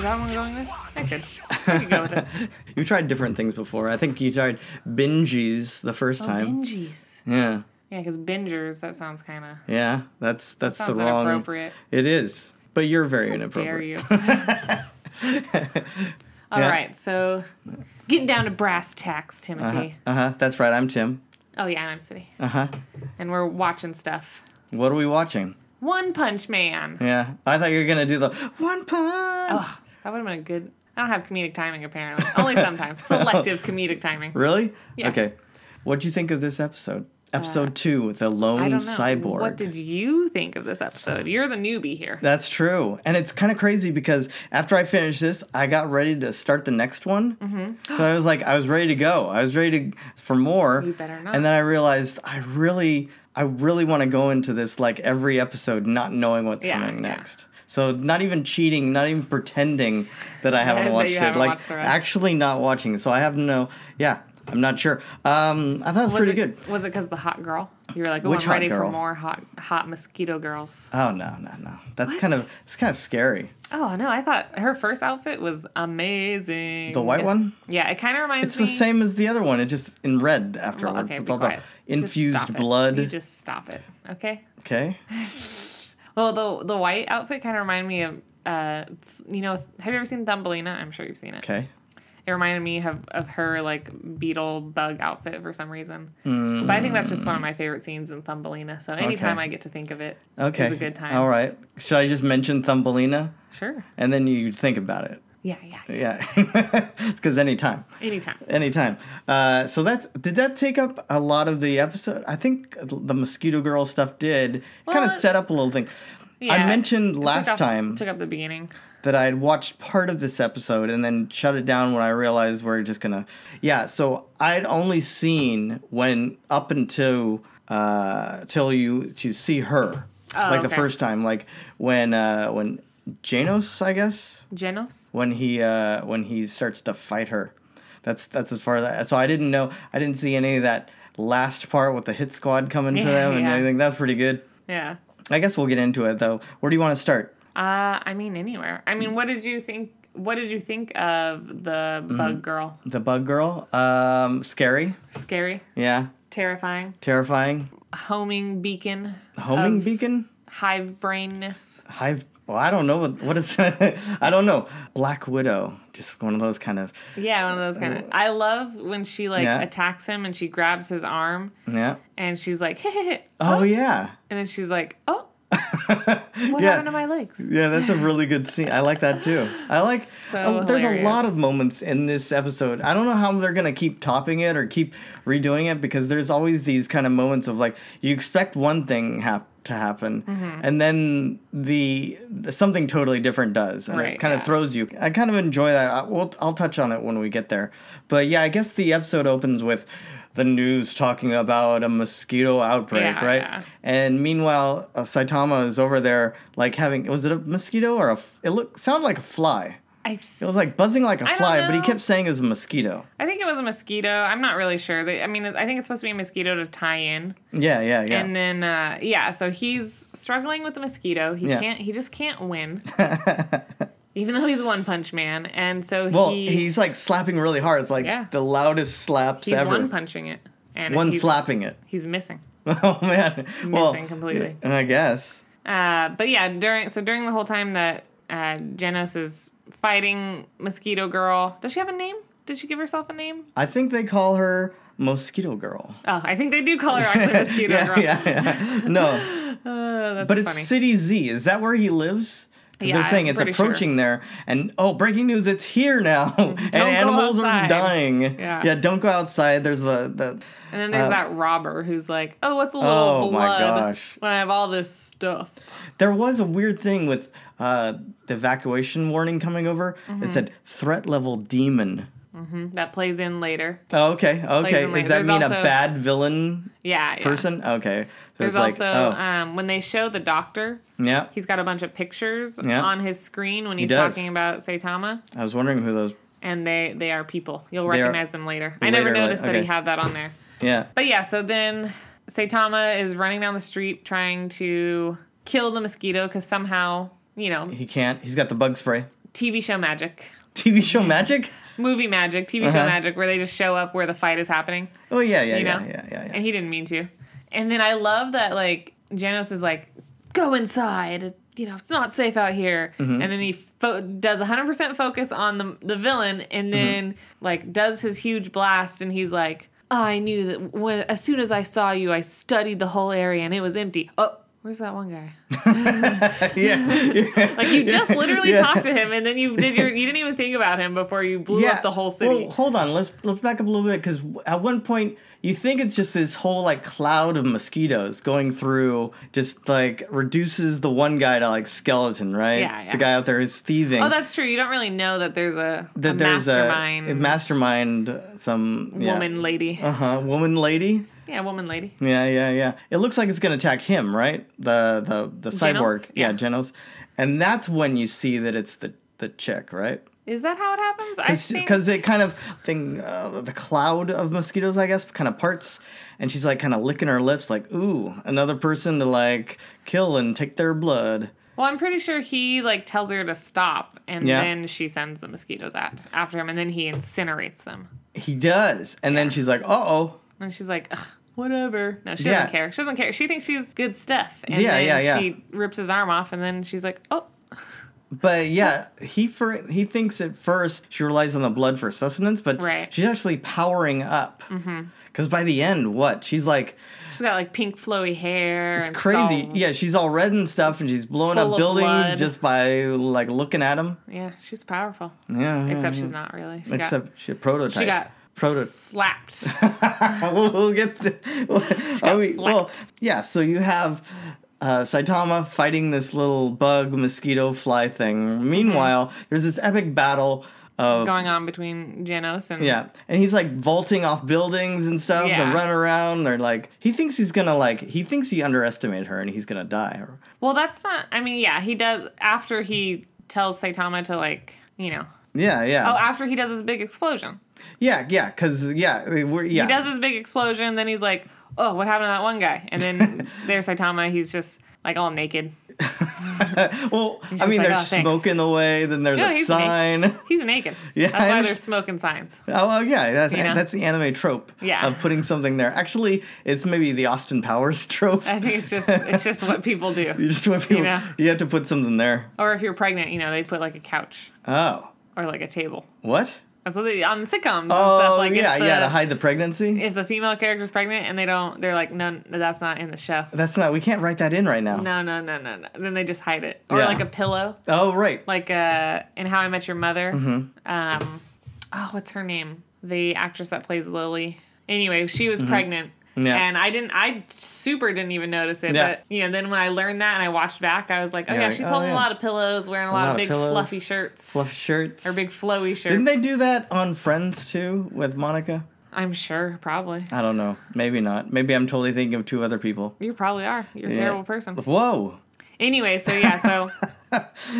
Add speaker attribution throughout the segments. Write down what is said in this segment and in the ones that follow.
Speaker 1: that one going there? I could. I could go with it.
Speaker 2: You've tried different things before. I think you tried binges the first
Speaker 1: Oh,
Speaker 2: time.
Speaker 1: binges.
Speaker 2: Yeah.
Speaker 1: Yeah, because bingers, that sounds kind of.
Speaker 2: Yeah. That's that's
Speaker 1: Sounds
Speaker 2: the wrong
Speaker 1: inappropriate.
Speaker 2: It is. But you're very
Speaker 1: Dare
Speaker 2: inappropriate.
Speaker 1: you? All right, so getting down to brass tacks, Timothy.
Speaker 2: Uh huh. That's right. I'm Tim.
Speaker 1: Oh, yeah, and I'm City.
Speaker 2: Uh huh.
Speaker 1: And we're watching stuff.
Speaker 2: What are we watching?
Speaker 1: One Punch Man.
Speaker 2: Yeah. I thought you were gonna do the one punch.
Speaker 1: Ugh, that would have been a good. I don't have comedic timing, apparently. Only sometimes. Selective comedic timing.
Speaker 2: Really?
Speaker 1: Yeah. Uh,
Speaker 2: Okay. What do you think of this episode? Episode two, the lone
Speaker 1: I don't know.
Speaker 2: cyborg.
Speaker 1: What did you think of this episode? You're the newbie here.
Speaker 2: That's true. And it's kind of crazy because after I finished this, I got ready to start the next one. Mm-hmm. So I was like, I was ready to go. I was ready to, for more.
Speaker 1: You better not.
Speaker 2: And then I realized I really, I really want to go into this like every episode not knowing what's
Speaker 1: Yeah,
Speaker 2: coming
Speaker 1: yeah.
Speaker 2: next. So not even cheating, not even pretending that I haven't
Speaker 1: That you
Speaker 2: watched it.
Speaker 1: haven't
Speaker 2: Like
Speaker 1: watched the rest.
Speaker 2: actually not watching. So I have no, yeah, I'm not sure. Um, I thought it was, pretty
Speaker 1: it,
Speaker 2: good.
Speaker 1: Was it because the hot girl? You were like, oh,
Speaker 2: Which
Speaker 1: I'm
Speaker 2: hot
Speaker 1: ready for
Speaker 2: girl?
Speaker 1: more hot, hot mosquito girls.
Speaker 2: Oh no, no, no. That's
Speaker 1: What?
Speaker 2: kind of, it's kind of scary.
Speaker 1: Oh no, I thought her first outfit was amazing.
Speaker 2: The white one?
Speaker 1: Yeah, it kind of reminds
Speaker 2: It's
Speaker 1: me.
Speaker 2: the same as the other one. It just in red afterward.
Speaker 1: Well, okay,
Speaker 2: with
Speaker 1: be
Speaker 2: all the
Speaker 1: quiet. Just stop
Speaker 2: infused
Speaker 1: it.
Speaker 2: blood.
Speaker 1: You just stop it, okay?
Speaker 2: Okay.
Speaker 1: Well, the the white outfit kind of reminded me of. Uh, you know, have you ever seen Thumbelina? I'm sure you've seen it.
Speaker 2: Okay.
Speaker 1: It reminded me of, of her like beetle bug outfit for some reason.
Speaker 2: Mm.
Speaker 1: But I think that's just one of my favorite scenes in Thumbelina. So anytime I get to think of it,
Speaker 2: Okay.
Speaker 1: it's a good time.
Speaker 2: All right. Should I just mention Thumbelina
Speaker 1: Sure.
Speaker 2: and then you think about it?
Speaker 1: Yeah, yeah.
Speaker 2: Yeah. Because anytime.
Speaker 1: Anytime.
Speaker 2: Anytime. Uh, so that's did that take up a lot of the episode? I think the mosquito girl stuff did kind
Speaker 1: Well,
Speaker 2: of set up a little thing. I
Speaker 1: Yeah.
Speaker 2: mentioned
Speaker 1: It took
Speaker 2: last
Speaker 1: up-
Speaker 2: time
Speaker 1: Took up the beginning.
Speaker 2: that I had watched part of this episode and then shut it down when I realized we're just gonna. Yeah, so I'd only seen when up until uh till you to see her,
Speaker 1: Oh,
Speaker 2: like the
Speaker 1: okay.
Speaker 2: first time, like when uh when Janos, I guess,
Speaker 1: Genos?
Speaker 2: when he uh when he starts to fight her. That's that's as far as I, so I didn't know I didn't see any of that last part with the hit squad coming to
Speaker 1: Yeah,
Speaker 2: them and
Speaker 1: yeah.
Speaker 2: everything. That's pretty good.
Speaker 1: Yeah.
Speaker 2: I guess we'll get into it though. Where do you want to start?
Speaker 1: Uh, I mean, anywhere. I mean, what did you think? What did you think of the
Speaker 2: Mm-hmm.
Speaker 1: bug girl?
Speaker 2: The bug girl, um, scary.
Speaker 1: Scary,
Speaker 2: Yeah,
Speaker 1: terrifying,
Speaker 2: terrifying.
Speaker 1: homing beacon,
Speaker 2: Homing
Speaker 1: of
Speaker 2: beacon?
Speaker 1: hive brainness.
Speaker 2: Hive? Well, I don't know what what is. I don't know. Black Widow, just one of those kind of.
Speaker 1: Yeah, one of those kind of. I love when she like
Speaker 2: Uh, Yeah.
Speaker 1: attacks him and she grabs his arm
Speaker 2: Yeah.
Speaker 1: and she's like,
Speaker 2: Oh, yeah,
Speaker 1: and then she's like, oh, what
Speaker 2: Yeah.
Speaker 1: happened to my legs?
Speaker 2: yeah. That's a really good scene. I like that too. I like. oh,
Speaker 1: So
Speaker 2: there's a
Speaker 1: hilarious.
Speaker 2: lot of moments in this episode. I don't know how they're gonna keep topping it or keep redoing it because there's always these kind of moments of like you expect one thing hap- to happen
Speaker 1: Mm-hmm.
Speaker 2: and then the, the- something totally different does and it
Speaker 1: Right,
Speaker 2: kind of
Speaker 1: yeah.
Speaker 2: throws you. I kind of enjoy that. I, we'll, I'll touch on it when we get there. But yeah, I guess the episode opens with the news talking about a mosquito outbreak,
Speaker 1: Yeah,
Speaker 2: right?
Speaker 1: yeah.
Speaker 2: And meanwhile, uh, Saitama is over there, like having was it a mosquito or a? f- It looked sounded like a fly.
Speaker 1: I
Speaker 2: It was like buzzing like a
Speaker 1: don't
Speaker 2: fly, but he
Speaker 1: know.
Speaker 2: kept saying it was a mosquito.
Speaker 1: I think it was a mosquito. I'm not really sure. They, I mean, I think it's supposed to be a mosquito to tie in.
Speaker 2: Yeah, yeah, yeah.
Speaker 1: And then uh, yeah, so he's struggling with the mosquito. He
Speaker 2: Yeah.
Speaker 1: can't. He just can't win. Even though he's One Punch Man, and so
Speaker 2: well,
Speaker 1: he,
Speaker 2: he's like slapping really hard. It's like
Speaker 1: Yeah.
Speaker 2: the loudest slaps
Speaker 1: he's
Speaker 2: ever.
Speaker 1: one punching it, and
Speaker 2: One
Speaker 1: he's,
Speaker 2: slapping it.
Speaker 1: He's missing.
Speaker 2: Oh man. well,
Speaker 1: Missing completely.
Speaker 2: I guess.
Speaker 1: Uh, but yeah, during so during the whole time that uh, Genos is fighting Mosquito Girl, does she have a name? Did she give herself a name?
Speaker 2: I think they call her Mosquito Girl.
Speaker 1: Oh, I think they do call her actually Mosquito
Speaker 2: yeah,
Speaker 1: Girl.
Speaker 2: yeah, yeah. No,
Speaker 1: Oh, that's
Speaker 2: but it's
Speaker 1: funny.
Speaker 2: City Z. Is that where he lives? 'Cause
Speaker 1: Yeah,
Speaker 2: they're saying
Speaker 1: I'm
Speaker 2: it's
Speaker 1: pretty sure.
Speaker 2: approaching there, and oh, breaking news! It's here now, and
Speaker 1: go
Speaker 2: animals are
Speaker 1: outside.
Speaker 2: dying.
Speaker 1: Yeah.
Speaker 2: don't go outside. There's the the
Speaker 1: and then there's that robber who's like, "Oh, what's a little
Speaker 2: Uh, Oh, my
Speaker 1: blood
Speaker 2: gosh.
Speaker 1: when I have all this stuff?"
Speaker 2: There was a weird thing with uh, the evacuation warning coming over.
Speaker 1: Mm-hmm.
Speaker 2: It said threat level demon.
Speaker 1: that plays in later.
Speaker 2: Oh, okay, okay.
Speaker 1: in
Speaker 2: Does
Speaker 1: later.
Speaker 2: that
Speaker 1: There's
Speaker 2: mean
Speaker 1: also-
Speaker 2: a bad villain
Speaker 1: Yeah, yeah.
Speaker 2: person? Okay, so
Speaker 1: There's
Speaker 2: it's like
Speaker 1: also
Speaker 2: oh
Speaker 1: um, when they show the doctor,
Speaker 2: yeah.
Speaker 1: he's got a bunch of pictures
Speaker 2: Yeah.
Speaker 1: on his screen when he's
Speaker 2: does.
Speaker 1: talking about Saitama,
Speaker 2: I was wondering who those. and
Speaker 1: and they they are people. You'll
Speaker 2: They are-
Speaker 1: recognize them later. I never
Speaker 2: later, like-
Speaker 1: noticed that
Speaker 2: okay.
Speaker 1: he had that on there.
Speaker 2: Yeah,
Speaker 1: But yeah, so then Saitama is running down the street trying to kill the mosquito because somehow you know
Speaker 2: he can't. He's got the bug spray.
Speaker 1: TV show magic,
Speaker 2: TV show magic?
Speaker 1: movie magic, TV show
Speaker 2: Uh-huh.
Speaker 1: magic, where they just show up where the fight is happening.
Speaker 2: Oh yeah, yeah,
Speaker 1: You
Speaker 2: yeah,
Speaker 1: know?
Speaker 2: yeah, yeah, yeah.
Speaker 1: And he didn't mean to. And then I love that like Janos is like, go inside. You know, it's not safe out here.
Speaker 2: Mm-hmm.
Speaker 1: And then he fo- does 100% focus on the, the villain and
Speaker 2: Mm-hmm.
Speaker 1: then like does his huge blast and he's like, I knew that when as soon as I saw you, I studied the whole area and it was empty. Oh, where's that one guy?
Speaker 2: yeah. yeah.
Speaker 1: Like you just literally
Speaker 2: Yeah.
Speaker 1: talked to him and then you did your you didn't even think about him before you blew up the whole city.
Speaker 2: Well, hold on. Let's let's back up a little bit because at one point you think it's just this whole like cloud of mosquitoes going through, just like reduces the one guy to like skeleton, right?
Speaker 1: Yeah, yeah.
Speaker 2: The guy out there who's thieving.
Speaker 1: oh, that's true. You don't really know that there's a, a
Speaker 2: that there's
Speaker 1: mastermind
Speaker 2: a a mastermind, some
Speaker 1: woman lady.
Speaker 2: Uh huh. Woman lady.
Speaker 1: Yeah, woman lady.
Speaker 2: Yeah, yeah, yeah. It looks like it's gonna attack him, right? The the the cyborg. Yeah,
Speaker 1: Yeah.
Speaker 2: Genos. And that's when you see that it's the the chick, right?
Speaker 1: Is that how it happens? I think.
Speaker 2: because it kind of thing uh, the cloud of mosquitoes i guess kind of parts and she's like kind of licking her lips like ooh another person to like kill and take their blood
Speaker 1: Well, I'm pretty sure he like tells her to stop, and
Speaker 2: Yeah.
Speaker 1: then she sends the mosquitoes at after him, and then he incinerates them.
Speaker 2: he does and then she's like uh-oh
Speaker 1: And she's like, Ugh, whatever. No, she
Speaker 2: Yeah.
Speaker 1: doesn't care. She doesn't care. She thinks she's good stuff. And
Speaker 2: Yeah,
Speaker 1: then
Speaker 2: yeah, yeah.
Speaker 1: She rips his arm off, and then she's like, oh,
Speaker 2: but yeah he for he thinks at first she relies on the blood for sustenance but
Speaker 1: Right. Mm-hmm.
Speaker 2: she's actually powering up because by the end what she's like
Speaker 1: she's got like pink flowy hair. and
Speaker 2: it's crazy
Speaker 1: all-
Speaker 2: yeah she's all red and stuff and she's blowing
Speaker 1: Full
Speaker 2: up
Speaker 1: of
Speaker 2: buildings
Speaker 1: blood.
Speaker 2: just by like looking at him
Speaker 1: yeah, she's powerful.
Speaker 2: yeah yeah,
Speaker 1: Except
Speaker 2: yeah.
Speaker 1: she's not really. She
Speaker 2: except she had prototype
Speaker 1: got, she got
Speaker 2: prototype
Speaker 1: slapped.
Speaker 2: we'll, we'll get the, I mean, well,
Speaker 1: slapped.
Speaker 2: yeah. So you have uh, Saitama fighting this little bug mosquito fly thing. Meanwhile, there's this epic battle of
Speaker 1: going on between Janos and
Speaker 2: yeah, and he's like vaulting off buildings and stuff.
Speaker 1: Yeah.
Speaker 2: They run around. They're like he thinks he's gonna like he thinks he underestimated her and he's gonna die.
Speaker 1: Well, that's not. I mean, yeah, he does after he tells Saitama to like, you know.
Speaker 2: Yeah, yeah,
Speaker 1: Oh, after he does his big explosion,
Speaker 2: yeah, yeah. Because yeah, we're yeah.
Speaker 1: he does his big explosion. Then he's like, "Oh, what happened to that one guy?" And then there's Saitama. He's just like all naked.
Speaker 2: well, I
Speaker 1: just
Speaker 2: mean,
Speaker 1: like,
Speaker 2: there's
Speaker 1: "Oh, thanks."
Speaker 2: smoke in the way. Then there's
Speaker 1: No,
Speaker 2: a
Speaker 1: he's
Speaker 2: sign.
Speaker 1: He's naked.
Speaker 2: Yeah,
Speaker 1: that's
Speaker 2: I
Speaker 1: why
Speaker 2: under-
Speaker 1: there's smoke and signs.
Speaker 2: Oh well, yeah, that's
Speaker 1: You know?
Speaker 2: that's the anime trope
Speaker 1: Yeah.
Speaker 2: of putting something there. Actually, it's maybe the Austin Powers trope.
Speaker 1: I think it's just it's just what people do.
Speaker 2: you just want people, you,
Speaker 1: Uh, know?
Speaker 2: have to put something there.
Speaker 1: Or if you're pregnant, you know, they put like a couch
Speaker 2: Oh,
Speaker 1: or like a table.
Speaker 2: what?
Speaker 1: That's what they on the sitcoms and
Speaker 2: Oh
Speaker 1: stuff. Like if
Speaker 2: yeah, yeah,
Speaker 1: the-
Speaker 2: to hide the pregnancy.
Speaker 1: If the female character's pregnant and they don't, they're like, no, that's not in the show.
Speaker 2: that's not. We can't write that in right now.
Speaker 1: No, no, no, no, no. Then they just hide it, or
Speaker 2: Yeah.
Speaker 1: like a pillow,
Speaker 2: Oh right.
Speaker 1: like uh, in How I Met Your Mother.
Speaker 2: Mm-hmm.
Speaker 1: Um, oh, what's her name? The actress that plays Lily. Anyway, she was pregnant.
Speaker 2: Mm-hmm. Yeah.
Speaker 1: And I didn't, I super didn't even notice it.
Speaker 2: Yeah.
Speaker 1: But, you know, then when I learned that and I watched back, I was like, oh,
Speaker 2: You're
Speaker 1: yeah,
Speaker 2: like,
Speaker 1: she's
Speaker 2: oh,
Speaker 1: holding
Speaker 2: yeah.
Speaker 1: a lot of pillows, wearing a lot,
Speaker 2: lot
Speaker 1: of
Speaker 2: of
Speaker 1: big
Speaker 2: pillows.
Speaker 1: fluffy shirts,
Speaker 2: Fluff shirts.
Speaker 1: or big flowy shirts.
Speaker 2: Didn't they do that on Friends too with Monica?
Speaker 1: I'm sure, probably.
Speaker 2: I don't know. Maybe not. Maybe I'm totally thinking of two other people.
Speaker 1: You probably are. You're a
Speaker 2: Yeah.
Speaker 1: terrible person.
Speaker 2: Whoa.
Speaker 1: Anyway, so yeah, so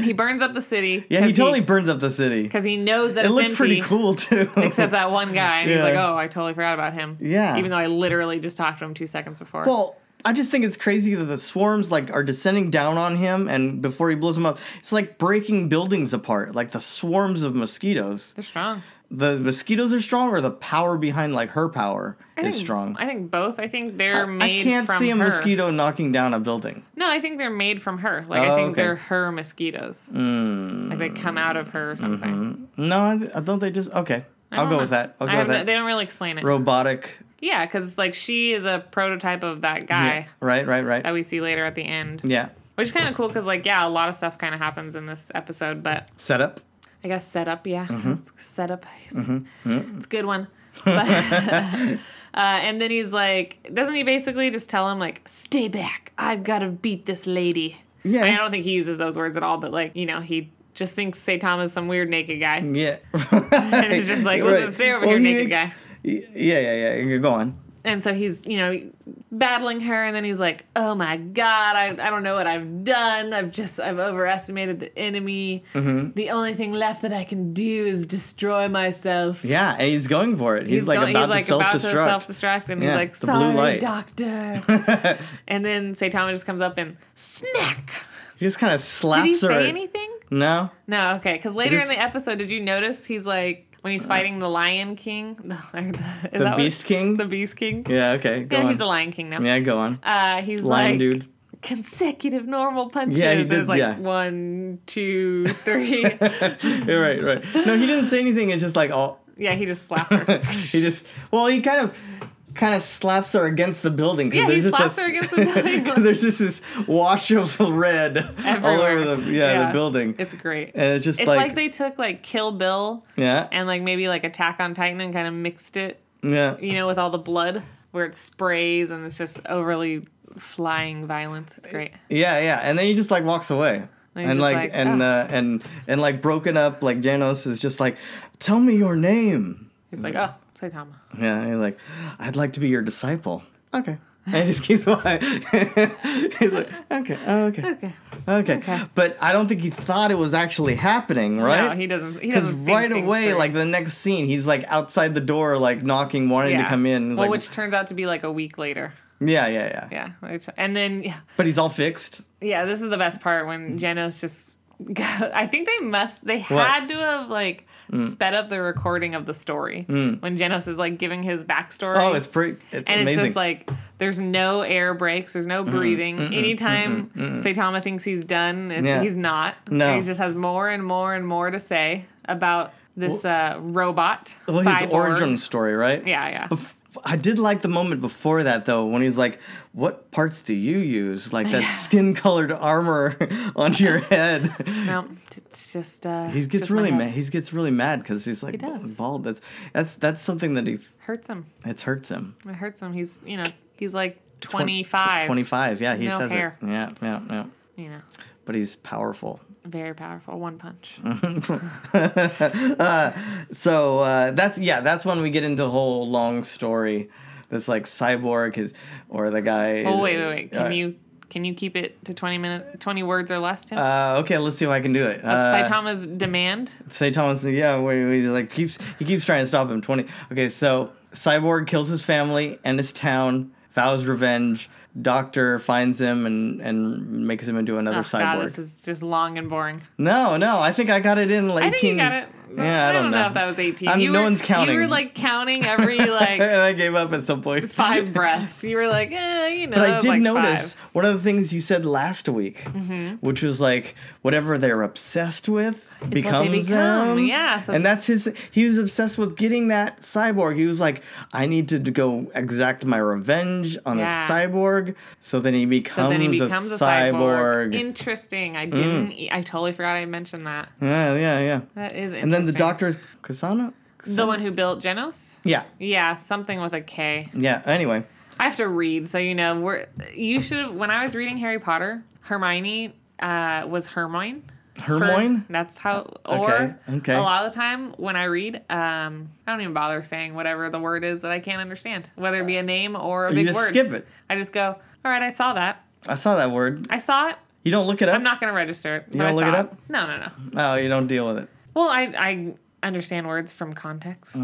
Speaker 1: he burns up the city.
Speaker 2: Yeah, he totally burns up the city.
Speaker 1: Because he knows that
Speaker 2: It
Speaker 1: it's
Speaker 2: looked
Speaker 1: empty.
Speaker 2: pretty cool too.
Speaker 1: Except that one guy, and he's
Speaker 2: Yeah.
Speaker 1: like, "Oh, I totally forgot about him."
Speaker 2: Yeah.
Speaker 1: Even though I literally just talked to him two seconds before.
Speaker 2: Well, I just think it's crazy that the swarms like are descending down on him, and before he blows them up, it's like breaking buildings apart. Like the swarms of mosquitoes.
Speaker 1: They're strong.
Speaker 2: The mosquitoes are strong, or the power behind like her power
Speaker 1: I
Speaker 2: is
Speaker 1: think-
Speaker 2: strong.
Speaker 1: I think both. I think they're
Speaker 2: I
Speaker 1: made.
Speaker 2: can't
Speaker 1: from
Speaker 2: see a
Speaker 1: her.
Speaker 2: mosquito knocking down a building.
Speaker 1: No, I think they're made from her. Like
Speaker 2: Oh,
Speaker 1: I think
Speaker 2: okay.
Speaker 1: they're her mosquitoes. Like they come out of her or something.
Speaker 2: No, I, th- I don't. They just okay.
Speaker 1: I
Speaker 2: Mm-hmm. I'll
Speaker 1: don't
Speaker 2: go
Speaker 1: know.
Speaker 2: with that. I'll
Speaker 1: I
Speaker 2: go with
Speaker 1: have no-
Speaker 2: that.
Speaker 1: They don't really explain it.
Speaker 2: Robotic.
Speaker 1: yeah, because like she is a prototype of that guy
Speaker 2: Right. Right. Right.
Speaker 1: that we see later at the end,
Speaker 2: Yeah.
Speaker 1: which is kind of cool because like yeah, a lot of stuff kind of happens in this episode, but
Speaker 2: Setup.
Speaker 1: I guess setup, yeah. Setup. It's, it's a good one. But, uh, and then he's like, doesn't he basically just tell him, like, stay back. I've got to beat this lady.
Speaker 2: Yeah.
Speaker 1: I, mean, I don't think he uses those words at all, but like, you know, he just thinks Saitama's some weird naked guy.
Speaker 2: Yeah.
Speaker 1: it's just like, listen, stay over here,
Speaker 2: he
Speaker 1: naked
Speaker 2: ex-
Speaker 1: guy.
Speaker 2: y- Yeah. Yeah. Yeah. Go on.
Speaker 1: And so he's, you know, battling her. And then he's like, oh my God, I, I don't know what I've done. I've just, I've overestimated the enemy. The only thing left that I can do is destroy myself.
Speaker 2: Yeah, and he's going for it. He's, like
Speaker 1: going-
Speaker 2: about to self
Speaker 1: self
Speaker 2: destruct.
Speaker 1: destruct, and
Speaker 2: Yeah,
Speaker 1: he's like,
Speaker 2: the blue
Speaker 1: "Sorry,
Speaker 2: light."
Speaker 1: doctor." and then Saitama just comes up and snack.
Speaker 2: He just kind of slaps
Speaker 1: Did he
Speaker 2: her.
Speaker 1: say anything?
Speaker 2: No.
Speaker 1: No, okay. Because later
Speaker 2: just-
Speaker 1: in the episode, did you notice he's like when he's fighting the Lion King? The,
Speaker 2: Uh, The Beast King.
Speaker 1: The Beast King.
Speaker 2: yeah. Okay. Go
Speaker 1: Yeah,
Speaker 2: on.
Speaker 1: he's the Lion King now.
Speaker 2: yeah. Go on.
Speaker 1: Uh, he's
Speaker 2: Lion
Speaker 1: like
Speaker 2: dude.
Speaker 1: consecutive normal punches.
Speaker 2: Yeah, he
Speaker 1: and
Speaker 2: did,
Speaker 1: it's like
Speaker 2: yeah.
Speaker 1: one, two, three.
Speaker 2: Yeah, right. Right. No, he didn't say anything. It's just like all.
Speaker 1: yeah, he just slapped her.
Speaker 2: he just. Well, he kind of. Kind of slaps her against the building. 'cause
Speaker 1: Yeah, he
Speaker 2: there's
Speaker 1: slaps
Speaker 2: just this-
Speaker 1: her against the building.
Speaker 2: 'cause there's just this wash of red all
Speaker 1: Everywhere.
Speaker 2: over the yeah,
Speaker 1: Yeah.
Speaker 2: the building,
Speaker 1: It's great.
Speaker 2: and it's just
Speaker 1: it's like, they took like Kill Bill
Speaker 2: yeah
Speaker 1: and like maybe like Attack on Titan and kind of mixed it,
Speaker 2: yeah
Speaker 1: you know, with all the blood where it sprays and it's just overly flying violence. It's great.
Speaker 2: Yeah, yeah, and then he just like walks away,
Speaker 1: And he's
Speaker 2: and,
Speaker 1: just
Speaker 2: like,
Speaker 1: like,
Speaker 2: and
Speaker 1: "Oh."
Speaker 2: uh, and and like broken up. Like Janos is just like, tell me your name.
Speaker 1: He's like, oh, Saitama.
Speaker 2: Yeah, and he's like, I'd like to be your disciple. Okay, and he just keeps walking. he's like, okay, oh, okay,
Speaker 1: Okay.
Speaker 2: okay,
Speaker 1: Okay.
Speaker 2: But I don't think he thought it was actually happening,
Speaker 1: No,
Speaker 2: right?
Speaker 1: he doesn't. He
Speaker 2: because
Speaker 1: doesn't. think
Speaker 2: right
Speaker 1: things
Speaker 2: away,
Speaker 1: through.
Speaker 2: like the next scene, he's like outside the door, like knocking, wanting to come in. He's
Speaker 1: Well,
Speaker 2: like,
Speaker 1: which turns out to be like a week later.
Speaker 2: yeah, yeah, yeah,
Speaker 1: Yeah. It's- And then, yeah,
Speaker 2: But he's all fixed.
Speaker 1: yeah, this is the best part
Speaker 2: Mm.
Speaker 1: when Janos just. I think they must. They had to have like
Speaker 2: Mm.
Speaker 1: sped up the recording of the story when Janos is like giving his backstory.
Speaker 2: Oh, it's pretty. It's
Speaker 1: and
Speaker 2: amazing.
Speaker 1: it's just like there's no air breaks, there's no breathing. Anytime Saitama thinks he's done, it-
Speaker 2: Yeah.
Speaker 1: he's not.
Speaker 2: No.
Speaker 1: he just has more and more and more to say about this uh, robot.
Speaker 2: well, his
Speaker 1: cyborg.
Speaker 2: origin story, right?
Speaker 1: Yeah, yeah.
Speaker 2: Bef- I did like the moment before that though, when he's like, "What parts do you use?
Speaker 1: Oh,
Speaker 2: Like that skin-colored armor on your head."
Speaker 1: No, it's just. Uh,
Speaker 2: he gets
Speaker 1: just my
Speaker 2: really
Speaker 1: head.
Speaker 2: mad. He gets really mad because he's like
Speaker 1: does.
Speaker 2: bald. That's that's that's something that he
Speaker 1: Hurts him.
Speaker 2: it hurts him.
Speaker 1: It hurts him. He's you know he's like
Speaker 2: Twen- tw-
Speaker 1: 25.
Speaker 2: 25. Yeah, he
Speaker 1: No
Speaker 2: says
Speaker 1: hair.
Speaker 2: it. Yeah, yeah, yeah.
Speaker 1: You know,
Speaker 2: But he's powerful.
Speaker 1: very powerful. One punch.
Speaker 2: Mm-hmm. So uh, that's yeah, that's when we get into the whole long story. This like cyborg is or the guy.
Speaker 1: Oh wait, wait, wait. Can
Speaker 2: uh,
Speaker 1: you can you keep it to 20 minutes, 20 words or less? Tim.
Speaker 2: Uh, okay, let's see if I can do it. Uh,
Speaker 1: Saitama's demand.
Speaker 2: Say Thomas, yeah, where he like keeps he keeps trying to stop him. Twenty. Okay, so Cyborg kills his family and his town, vows revenge. Doctor finds him and and makes him into another
Speaker 1: Oh,
Speaker 2: cyborg.
Speaker 1: God, this is just long and boring.
Speaker 2: no, no, I think I got it in like
Speaker 1: I think you
Speaker 2: eighteen.
Speaker 1: got it.
Speaker 2: Yeah, I don't know.
Speaker 1: if that was 18.
Speaker 2: I'm-
Speaker 1: you
Speaker 2: no
Speaker 1: were,
Speaker 2: one's counting.
Speaker 1: You were like counting every like
Speaker 2: and I gave up at some point.
Speaker 1: five breaths. You were like, eh, you know.
Speaker 2: But I did
Speaker 1: like
Speaker 2: notice
Speaker 1: Five. Mm-hmm.
Speaker 2: one of the things you said last week, which was like whatever they're obsessed with becomes
Speaker 1: become,
Speaker 2: them.
Speaker 1: yeah, so-
Speaker 2: and that's his. He was obsessed with getting that cyborg. He was like, I need to go exact my revenge on
Speaker 1: Yeah.
Speaker 2: a cyborg. So then he becomes,
Speaker 1: So then he becomes a cyborg.
Speaker 2: cyborg. Mm.
Speaker 1: Interesting. I didn't. e- I totally forgot I mentioned that.
Speaker 2: yeah, yeah, yeah.
Speaker 1: That is interesting.
Speaker 2: And then the doctor is Kasana.
Speaker 1: the one who built Genos.
Speaker 2: Yeah,
Speaker 1: Yeah, something with a K.
Speaker 2: yeah. Anyway,
Speaker 1: I have to read, so you know. We're you should. have When I was reading Harry Potter, Hermione uh, was Hermione. for-
Speaker 2: Hermione?
Speaker 1: that's how.
Speaker 2: Okay,
Speaker 1: Or
Speaker 2: okay.
Speaker 1: a lot of the time when I read, um, I don't even bother saying whatever the word is that I can't understand, whether it be a name or a
Speaker 2: you
Speaker 1: big
Speaker 2: just
Speaker 1: word.
Speaker 2: skip it.
Speaker 1: I just go. All right, I saw that.
Speaker 2: I saw that word.
Speaker 1: I saw it.
Speaker 2: You don't look it up.
Speaker 1: I'm not gonna register it. You
Speaker 2: don't
Speaker 1: I
Speaker 2: look
Speaker 1: saw
Speaker 2: it up?
Speaker 1: No, no, no.
Speaker 2: No, you don't deal with it.
Speaker 1: Well, I I understand words from context,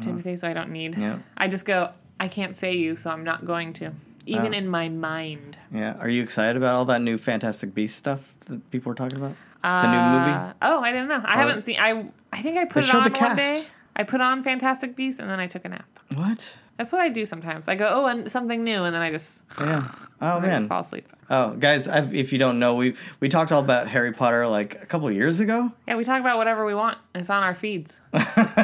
Speaker 1: Timothy, so I don't need.
Speaker 2: Uh-huh, Yeah.
Speaker 1: I just go. I can't say you, so I'm not going to.
Speaker 2: Uh.
Speaker 1: Even in my mind.
Speaker 2: Yeah. Are you excited about all that new Fantastic Beast stuff that people were talking about? the new movie?
Speaker 1: Uh, oh, I didn't know. I haven't seen. I I think I put
Speaker 2: They
Speaker 1: it
Speaker 2: showed
Speaker 1: on
Speaker 2: the
Speaker 1: one
Speaker 2: cast.
Speaker 1: day. I put on Fantastic Beasts and then I took a nap.
Speaker 2: What?
Speaker 1: That's what I do sometimes. I go, oh, and something new, and then I just,
Speaker 2: Yeah. Oh
Speaker 1: I just
Speaker 2: man.
Speaker 1: fall asleep.
Speaker 2: Oh guys, i if you don't know, we we talked all about Harry Potter like a couple years ago.
Speaker 1: Yeah, we talk about whatever we want. It's on our feeds,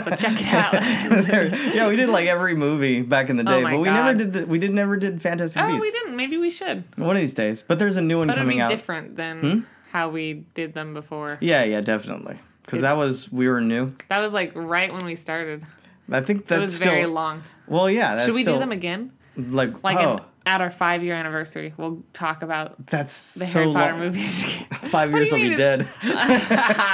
Speaker 1: so check it out. Oh,
Speaker 2: There- yeah, we did like every movie back in the day,
Speaker 1: my
Speaker 2: but we
Speaker 1: God.
Speaker 2: never did. The, we did never did Fantastic
Speaker 1: oh,
Speaker 2: Beasts.
Speaker 1: we didn't. Maybe we should.
Speaker 2: One of these days, but there's a new one
Speaker 1: But it'd
Speaker 2: coming
Speaker 1: be
Speaker 2: out. Hmm?
Speaker 1: different than how we did them before.
Speaker 2: Yeah, yeah, definitely. Because that was we were new.
Speaker 1: That was like right when we started.
Speaker 2: I think
Speaker 1: It
Speaker 2: that's
Speaker 1: was
Speaker 2: still
Speaker 1: very long.
Speaker 2: well, yeah. That's
Speaker 1: Should we
Speaker 2: still,
Speaker 1: do them again?
Speaker 2: Like,
Speaker 1: Like
Speaker 2: oh,
Speaker 1: an, at our five year anniversary, we'll talk about
Speaker 2: that's
Speaker 1: the
Speaker 2: so
Speaker 1: Harry Potter
Speaker 2: long.
Speaker 1: movies again.
Speaker 2: Five
Speaker 1: What do
Speaker 2: years
Speaker 1: you
Speaker 2: will be
Speaker 1: mean
Speaker 2: dead.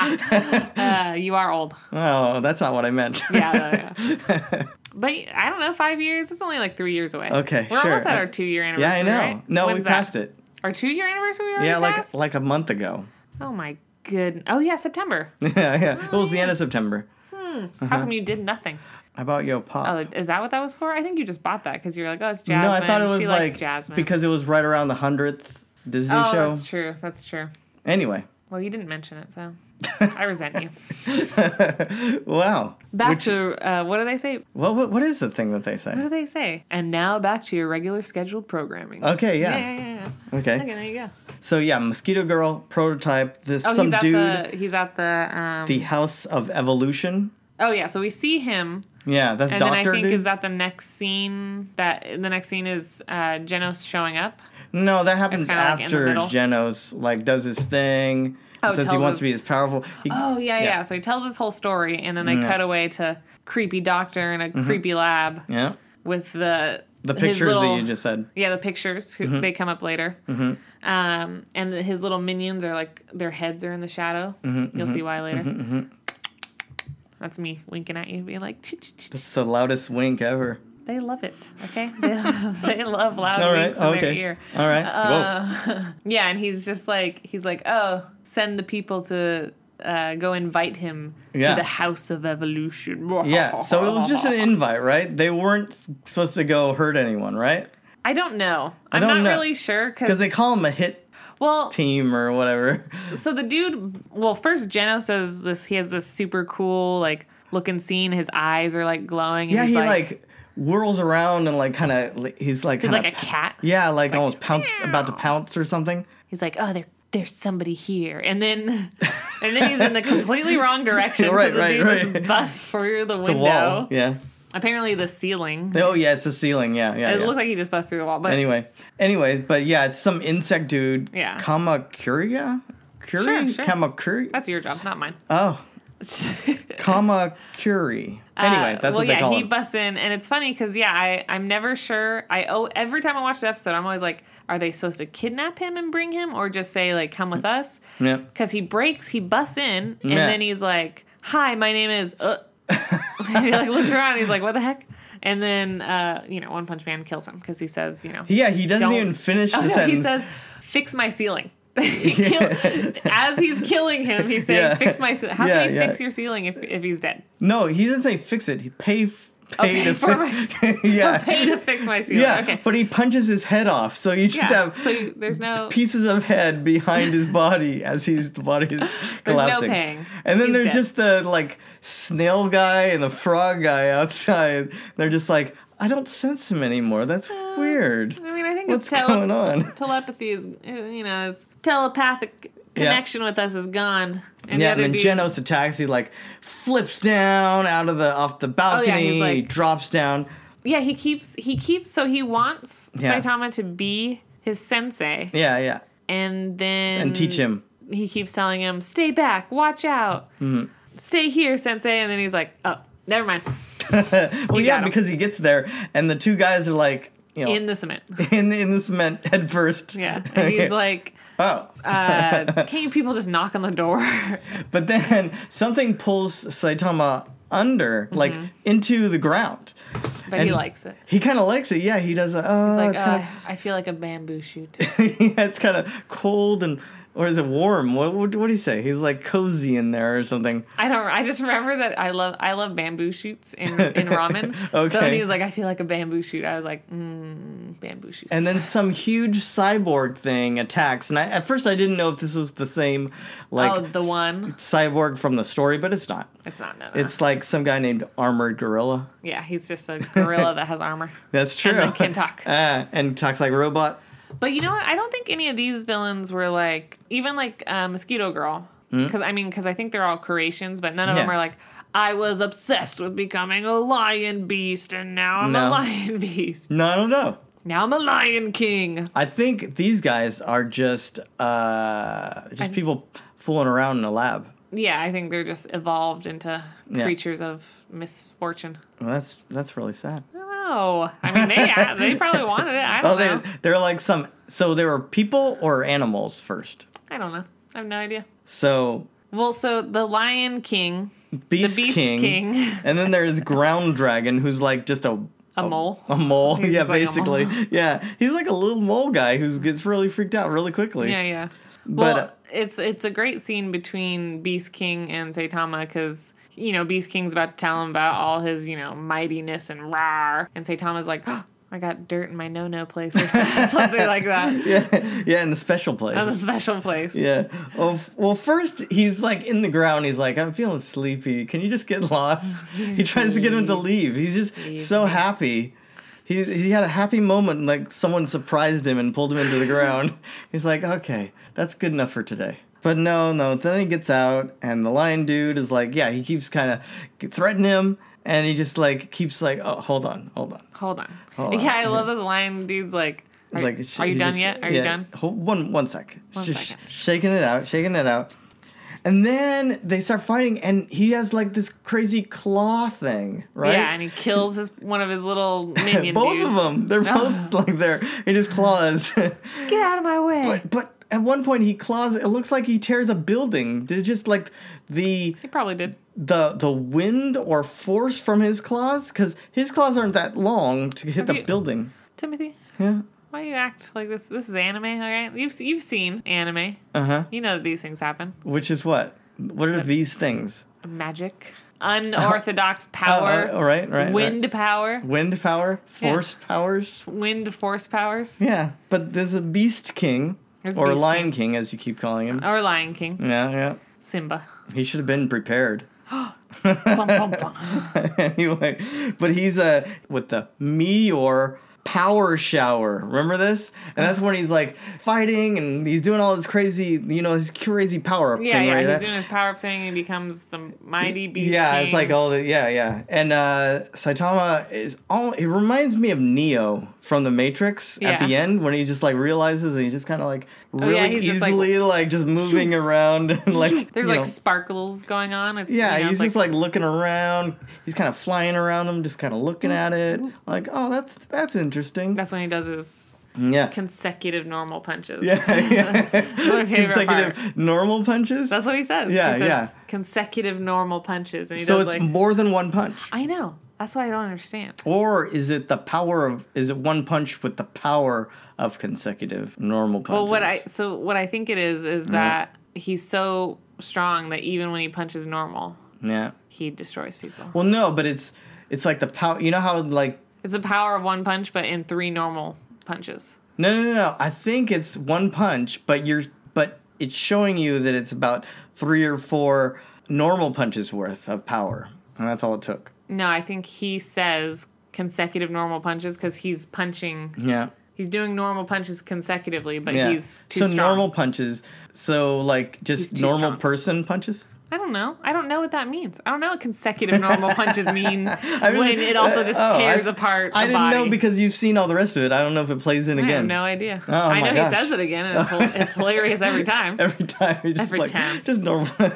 Speaker 1: uh, you are old.
Speaker 2: Oh, that's not what I meant.
Speaker 1: Yeah, no, yeah. but I don't know, five years? It's only like three years away.
Speaker 2: Okay,
Speaker 1: We're
Speaker 2: sure.
Speaker 1: almost at
Speaker 2: Uh,
Speaker 1: our two year
Speaker 2: Yeah,
Speaker 1: anniversary.
Speaker 2: I know.
Speaker 1: right?
Speaker 2: No,
Speaker 1: When's
Speaker 2: we
Speaker 1: that?
Speaker 2: passed it.
Speaker 1: Our two year anniversary already
Speaker 2: Yeah, like
Speaker 1: passed?
Speaker 2: like a month ago.
Speaker 1: Oh my good. Oh, yeah, September.
Speaker 2: yeah, yeah. it was the
Speaker 1: yeah.
Speaker 2: end of September.
Speaker 1: How come you did nothing?
Speaker 2: How about Yo Pop?
Speaker 1: Oh, is that what that was for? I think you just bought that because you're like, oh, it's Jasmine.
Speaker 2: no, I thought it was
Speaker 1: she
Speaker 2: like
Speaker 1: likes Jasmine.
Speaker 2: because it was right around the hundredth Disney
Speaker 1: oh,
Speaker 2: show.
Speaker 1: that's true. That's true.
Speaker 2: Anyway,
Speaker 1: Well, you didn't mention it, so I resent you.
Speaker 2: wow.
Speaker 1: Back to uh, what do they say?
Speaker 2: Well, what, what is the thing that they
Speaker 1: What
Speaker 2: say?
Speaker 1: do they say? And now back to your regular scheduled programming.
Speaker 2: Okay,
Speaker 1: Yeah,
Speaker 2: Oh, yeah.
Speaker 1: yeah, yeah. yeah. Okay,
Speaker 2: Okay.
Speaker 1: there you go.
Speaker 2: So yeah, Mosquito Girl prototype. This
Speaker 1: Oh,
Speaker 2: some
Speaker 1: he's at
Speaker 2: dude, the...
Speaker 1: the he's at the um.
Speaker 2: House of Evolution.
Speaker 1: oh yeah, so we see him,
Speaker 2: Yeah, that's
Speaker 1: and
Speaker 2: Doctor
Speaker 1: then I think
Speaker 2: dude.
Speaker 1: is that the next scene that the next scene is uh Genos showing up.
Speaker 2: No, that happens
Speaker 1: kinda, like, in the
Speaker 2: after
Speaker 1: middle.
Speaker 2: Genos like does his thing.
Speaker 1: Oh,
Speaker 2: says he
Speaker 1: tells
Speaker 2: wants
Speaker 1: us-
Speaker 2: to be as powerful. He-
Speaker 1: Oh yeah, yeah,
Speaker 2: Yeah.
Speaker 1: So he tells his whole story, and then they cut away to creepy doctor in a creepy lab
Speaker 2: yeah.
Speaker 1: with the
Speaker 2: Mm-hmm. The
Speaker 1: his
Speaker 2: pictures that
Speaker 1: little-
Speaker 2: you just Mm-hmm. said.
Speaker 1: Yeah, the pictures. Who, They come up later. Um, and the- his little minions are like their heads are in the shadow.
Speaker 2: Mm-hmm,
Speaker 1: You'll see why later. That's me winking at you, being like, "Ch- ch- ch- ch."
Speaker 2: It's the loudest wink ever.
Speaker 1: they love it. Okay, they, they love loud
Speaker 2: All right.
Speaker 1: winks in their
Speaker 2: Okay.
Speaker 1: ear. Uh,
Speaker 2: All right.
Speaker 1: Yeah, and he's just like he's like, oh, send the people to uh, go invite him
Speaker 2: Yeah.
Speaker 1: to the House of Evolution.
Speaker 2: Whoa. Yeah. So it was just an invite, right? They weren't supposed to go hurt anyone, right?
Speaker 1: I don't know. I'm
Speaker 2: don't
Speaker 1: not
Speaker 2: know.
Speaker 1: really sure
Speaker 2: Because they call him a hit
Speaker 1: well,
Speaker 2: team or whatever.
Speaker 1: so the dude well first jeno says this he has this super cool like looking scene his eyes are like glowing and
Speaker 2: Yeah,
Speaker 1: he's
Speaker 2: he
Speaker 1: like,
Speaker 2: like, whirls around and like kind of he's like
Speaker 1: he's
Speaker 2: kinda,
Speaker 1: like a cat
Speaker 2: yeah, like, almost pounce about to pounce or something.
Speaker 1: he's like oh there, there's somebody here and then and then he's in the completely wrong direction
Speaker 2: Right,
Speaker 1: 'cause the
Speaker 2: right,
Speaker 1: dude
Speaker 2: right.
Speaker 1: just busts through the
Speaker 2: The
Speaker 1: window
Speaker 2: wall. Yeah.
Speaker 1: apparently the ceiling
Speaker 2: Oh yeah, it's the ceiling. Yeah, yeah.
Speaker 1: it
Speaker 2: yeah.
Speaker 1: looked like he just busts through the wall but
Speaker 2: anyway, anyways, but yeah, it's some insect dude.
Speaker 1: Yeah.
Speaker 2: Kamakuria. Curie?
Speaker 1: Sure, sure.
Speaker 2: Kamakuri.
Speaker 1: that's your job not mine
Speaker 2: oh,
Speaker 1: anyway
Speaker 2: Kamakuri. Anyway, that's
Speaker 1: Uh, well,
Speaker 2: what they
Speaker 1: yeah,
Speaker 2: call
Speaker 1: he
Speaker 2: him.
Speaker 1: busts in, and it's funny because yeah, I I'm never sure. I oh, every time I watch the episode, I'm always like, are they supposed to kidnap him and bring him, or just say like, come with us?
Speaker 2: yeah.
Speaker 1: Because he breaks, he busts in, and
Speaker 2: Yeah.
Speaker 1: then he's like, "Hi, my name is." Uh. and he like looks around, and he's like, "What the heck?" And then uh, you know, One Punch Man kills him because he says, you know,
Speaker 2: Yeah, he doesn't
Speaker 1: Don't-
Speaker 2: even finish the
Speaker 1: Oh, no,
Speaker 2: sentence.
Speaker 1: he says, "Fix my ceiling." He kill- As he's killing him, he's saying,
Speaker 2: Yeah.
Speaker 1: "Fix my ceiling." How
Speaker 2: Yeah,
Speaker 1: can you
Speaker 2: yeah.
Speaker 1: fix your ceiling if if he's dead?
Speaker 2: no, he doesn't say fix it. He pay f- pay
Speaker 1: Okay,
Speaker 2: to
Speaker 1: for
Speaker 2: fix.
Speaker 1: my-
Speaker 2: yeah.
Speaker 1: Pay to fix my ceiling.
Speaker 2: yeah,
Speaker 1: Okay.
Speaker 2: but he punches his head off, so you just
Speaker 1: Yeah.
Speaker 2: have
Speaker 1: So you, there's no.
Speaker 2: pieces of head behind his body as he's the body is collapsing.
Speaker 1: paying.
Speaker 2: And then
Speaker 1: He's
Speaker 2: there's
Speaker 1: dead.
Speaker 2: just the like snail guy and the frog guy outside. They're just like, I don't sense him anymore. That's
Speaker 1: Uh,
Speaker 2: weird.
Speaker 1: I mean, I think it's
Speaker 2: What's
Speaker 1: tele-
Speaker 2: going on?
Speaker 1: telepathy is uh, you know it's telepathic
Speaker 2: Yeah.
Speaker 1: connection with us is gone. And the
Speaker 2: yeah, and
Speaker 1: other
Speaker 2: then
Speaker 1: dude,
Speaker 2: Genos attacks. He like flips down out of the off the balcony.
Speaker 1: Oh, yeah, he's
Speaker 2: he
Speaker 1: like-
Speaker 2: drops down.
Speaker 1: yeah, he keeps he keeps so he wants
Speaker 2: Yeah.
Speaker 1: Saitama to be his sensei,
Speaker 2: Yeah, yeah,
Speaker 1: and then
Speaker 2: and teach him.
Speaker 1: He keeps telling him, "Stay back, watch out,
Speaker 2: Mm-hmm.
Speaker 1: stay here, sensei," and then he's like, "Oh, never mind."
Speaker 2: Well, yeah,
Speaker 1: got him.
Speaker 2: because he gets there, and the two guys are like, you know,
Speaker 1: In
Speaker 2: in
Speaker 1: the cement,
Speaker 2: in, the cement head first.
Speaker 1: yeah, and he's like.
Speaker 2: oh.
Speaker 1: Uh, can't you people just knock on the door?
Speaker 2: But then something pulls Saitama under,
Speaker 1: Mm-hmm.
Speaker 2: like into the ground.
Speaker 1: but
Speaker 2: And-
Speaker 1: he likes it.
Speaker 2: He kind of likes it. Yeah, he does. A, oh,
Speaker 1: He's like,
Speaker 2: it's
Speaker 1: uh,
Speaker 2: kind
Speaker 1: I feel like a bamboo shoot.
Speaker 2: of yeah, it's kind of cold and or is it warm? What what what do you say? He's like cozy in there or something.
Speaker 1: I don't. I just remember that I love I love bamboo shoots in in ramen. So when
Speaker 2: Okay.
Speaker 1: he was like, I feel like a bamboo shoot. I was like, mm, bamboo shoots.
Speaker 2: And then some huge cyborg thing attacks. And I, at first, I didn't know if this was the same, like
Speaker 1: Oh, the
Speaker 2: s-
Speaker 1: one?
Speaker 2: cyborg from the story, but it's not.
Speaker 1: it's not. No, no.
Speaker 2: It's like some guy named Armored Gorilla.
Speaker 1: yeah. He's just a gorilla that has armor.
Speaker 2: That's true.
Speaker 1: then can talk.
Speaker 2: Uh, and talks like a robot.
Speaker 1: But you know what? I don't think any of these villains were like even like uh, Mosquito Girl. Because I mean, because I think they're all creations, but none of them
Speaker 2: Hmm? Yeah.
Speaker 1: are like I was obsessed with becoming a lion beast, and now I'm a
Speaker 2: No.
Speaker 1: lion beast.
Speaker 2: No, I don't know.
Speaker 1: Now I'm a lion king.
Speaker 2: I think these guys are just uh, just people fooling around in a lab.
Speaker 1: Yeah, I think they're just evolved into
Speaker 2: Yeah.
Speaker 1: creatures of misfortune.
Speaker 2: Well, that's that's really sad.
Speaker 1: Oh, I mean, they they probably wanted it. I don't
Speaker 2: Oh, they
Speaker 1: know.
Speaker 2: they're like some. So there were people or animals first.
Speaker 1: I don't know. I have no idea.
Speaker 2: So
Speaker 1: Well, so the Lion King,
Speaker 2: beast,
Speaker 1: Beast
Speaker 2: king,
Speaker 1: King.
Speaker 2: and then there's ground dragon, who's like just a
Speaker 1: a mole.
Speaker 2: a mole.
Speaker 1: He's
Speaker 2: yeah,
Speaker 1: just like a
Speaker 2: basically. Yeah, he's like a little mole guy who gets really freaked out really quickly.
Speaker 1: Yeah, yeah.
Speaker 2: But,
Speaker 1: Well,
Speaker 2: uh,
Speaker 1: it's it's a great scene between Beast King and Saitama because you know Beast King's about to tell him about all his you know mightiness and rar, and Saitama's like, "Oh, I got dirt in my no no place or something like that.
Speaker 2: yeah, yeah, in the special place.
Speaker 1: That was a special place.
Speaker 2: Yeah. Well, f- well, first he's like in the ground. He's like, I'm feeling sleepy. Can you just get lost? He tries to get him to leave. He's just so happy. He he had a happy moment. Like someone surprised him and pulled him into the ground. He's like, okay, that's good enough for today. But no, no. Then he gets out, and the lion dude is like, yeah. He keeps kind of threatening him, and he just like keeps like, oh, hold on, hold on.
Speaker 1: Hold on.
Speaker 2: Hold
Speaker 1: yeah, I
Speaker 2: on.
Speaker 1: love that the lion dude's like, are,
Speaker 2: like
Speaker 1: are you
Speaker 2: he
Speaker 1: done
Speaker 2: just-
Speaker 1: yet? Are
Speaker 2: yeah,
Speaker 1: you done?
Speaker 2: Hold, one one sec.
Speaker 1: One
Speaker 2: just
Speaker 1: second.
Speaker 2: shaking it out, shaking it out. And then they start fighting and he has like this crazy claw thing, right?
Speaker 1: Yeah, and he kills his one of his little minion
Speaker 2: both
Speaker 1: dudes.
Speaker 2: of them. They're
Speaker 1: Oh.
Speaker 2: both like there. He just claws.
Speaker 1: Get out of my way.
Speaker 2: but but at one point he claws it looks like he tears a building. They're just like the
Speaker 1: he probably did.
Speaker 2: the the wind or force from his claws cuz his claws aren't that long to hit the
Speaker 1: you-
Speaker 2: building.
Speaker 1: Timothy,
Speaker 2: Yeah.
Speaker 1: why you act like this? This is anime, okay? You've se- you've seen anime.
Speaker 2: Uh-huh.
Speaker 1: You know that these things happen.
Speaker 2: Which is what? What are these things?
Speaker 1: Magic, unorthodox
Speaker 2: Oh,
Speaker 1: power,
Speaker 2: oh, right, right. right.
Speaker 1: wind power,
Speaker 2: wind power,
Speaker 1: Yeah.
Speaker 2: force powers.
Speaker 1: wind force powers,
Speaker 2: Yeah, but there's a Beast King
Speaker 1: There's
Speaker 2: or
Speaker 1: Beast Uh.
Speaker 2: Lion King. as you keep calling him.
Speaker 1: or Lion King,
Speaker 2: Yeah, yeah.
Speaker 1: Simba.
Speaker 2: He should have been prepared.
Speaker 1: Bum, bum, bum.
Speaker 2: anyway, but he's uh, with the meteor power shower. Remember this? And
Speaker 1: Uh.
Speaker 2: that's when he's like fighting and he's doing all this crazy, you know, his crazy power up
Speaker 1: Yeah,
Speaker 2: thing
Speaker 1: yeah.
Speaker 2: right
Speaker 1: he's
Speaker 2: there.
Speaker 1: doing his power up thing. He becomes the mighty beast.
Speaker 2: yeah, it's
Speaker 1: King.
Speaker 2: like all the yeah, yeah. And uh Saitama is all it reminds me of Neo from the Matrix at
Speaker 1: Yeah. Oh,
Speaker 2: the end when he just like realizes and he just kind of like really
Speaker 1: yeah, he's just, like,
Speaker 2: easily like, just moving around and like
Speaker 1: There's
Speaker 2: you
Speaker 1: like
Speaker 2: know,
Speaker 1: sparkles going on. It's,
Speaker 2: yeah,
Speaker 1: you know,
Speaker 2: he's
Speaker 1: it's
Speaker 2: just like looking around. He's kind of flying around him, just kind of looking at it. Like, oh, that's that's interesting.
Speaker 1: that's when he does his
Speaker 2: yeah.
Speaker 1: consecutive normal punches.
Speaker 2: yeah, yeah.
Speaker 1: my favorite
Speaker 2: Consecutive normal punches.
Speaker 1: That's what he says.
Speaker 2: Yeah,
Speaker 1: He says
Speaker 2: yeah.
Speaker 1: Consecutive normal punches, and he
Speaker 2: so
Speaker 1: does
Speaker 2: it's
Speaker 1: like
Speaker 2: more than one punch.
Speaker 1: I know. That's what I don't understand.
Speaker 2: Or is it the power of is it one punch with the power of consecutive normal punches?
Speaker 1: Well, what I so what I think it is
Speaker 2: Mm-hmm.
Speaker 1: is that he's so strong that even when he punches normal,
Speaker 2: Yeah.
Speaker 1: he destroys people.
Speaker 2: Well no, but it's it's like the power you know how like
Speaker 1: It's the power of one punch, but in three normal punches.
Speaker 2: no no no no. I think it's one punch, but you're but it's showing you that it's about three or four normal punches worth of power. And that's all it took.
Speaker 1: No, I think he says consecutive normal punches because he's punching.
Speaker 2: Yeah.
Speaker 1: He's doing normal punches consecutively, but
Speaker 2: Yeah.
Speaker 1: he's too
Speaker 2: so
Speaker 1: strong.
Speaker 2: normal punches. So like
Speaker 1: He's
Speaker 2: just
Speaker 1: too
Speaker 2: normal
Speaker 1: strong.
Speaker 2: person punches?
Speaker 1: I don't know. I don't know what that means. I don't know what consecutive normal punches mean
Speaker 2: mean,
Speaker 1: when it also just
Speaker 2: uh, oh, I-
Speaker 1: tears apart.
Speaker 2: I
Speaker 1: the
Speaker 2: didn't know
Speaker 1: body.
Speaker 2: because you've seen all the rest of it. I don't know if it plays in
Speaker 1: I
Speaker 2: again.
Speaker 1: have no idea.
Speaker 2: Oh,
Speaker 1: I
Speaker 2: my
Speaker 1: know
Speaker 2: gosh.
Speaker 1: he says it again, and it's, hil- it's hilarious every time.
Speaker 2: every time. Just
Speaker 1: Every
Speaker 2: like,
Speaker 1: time.
Speaker 2: Just normal,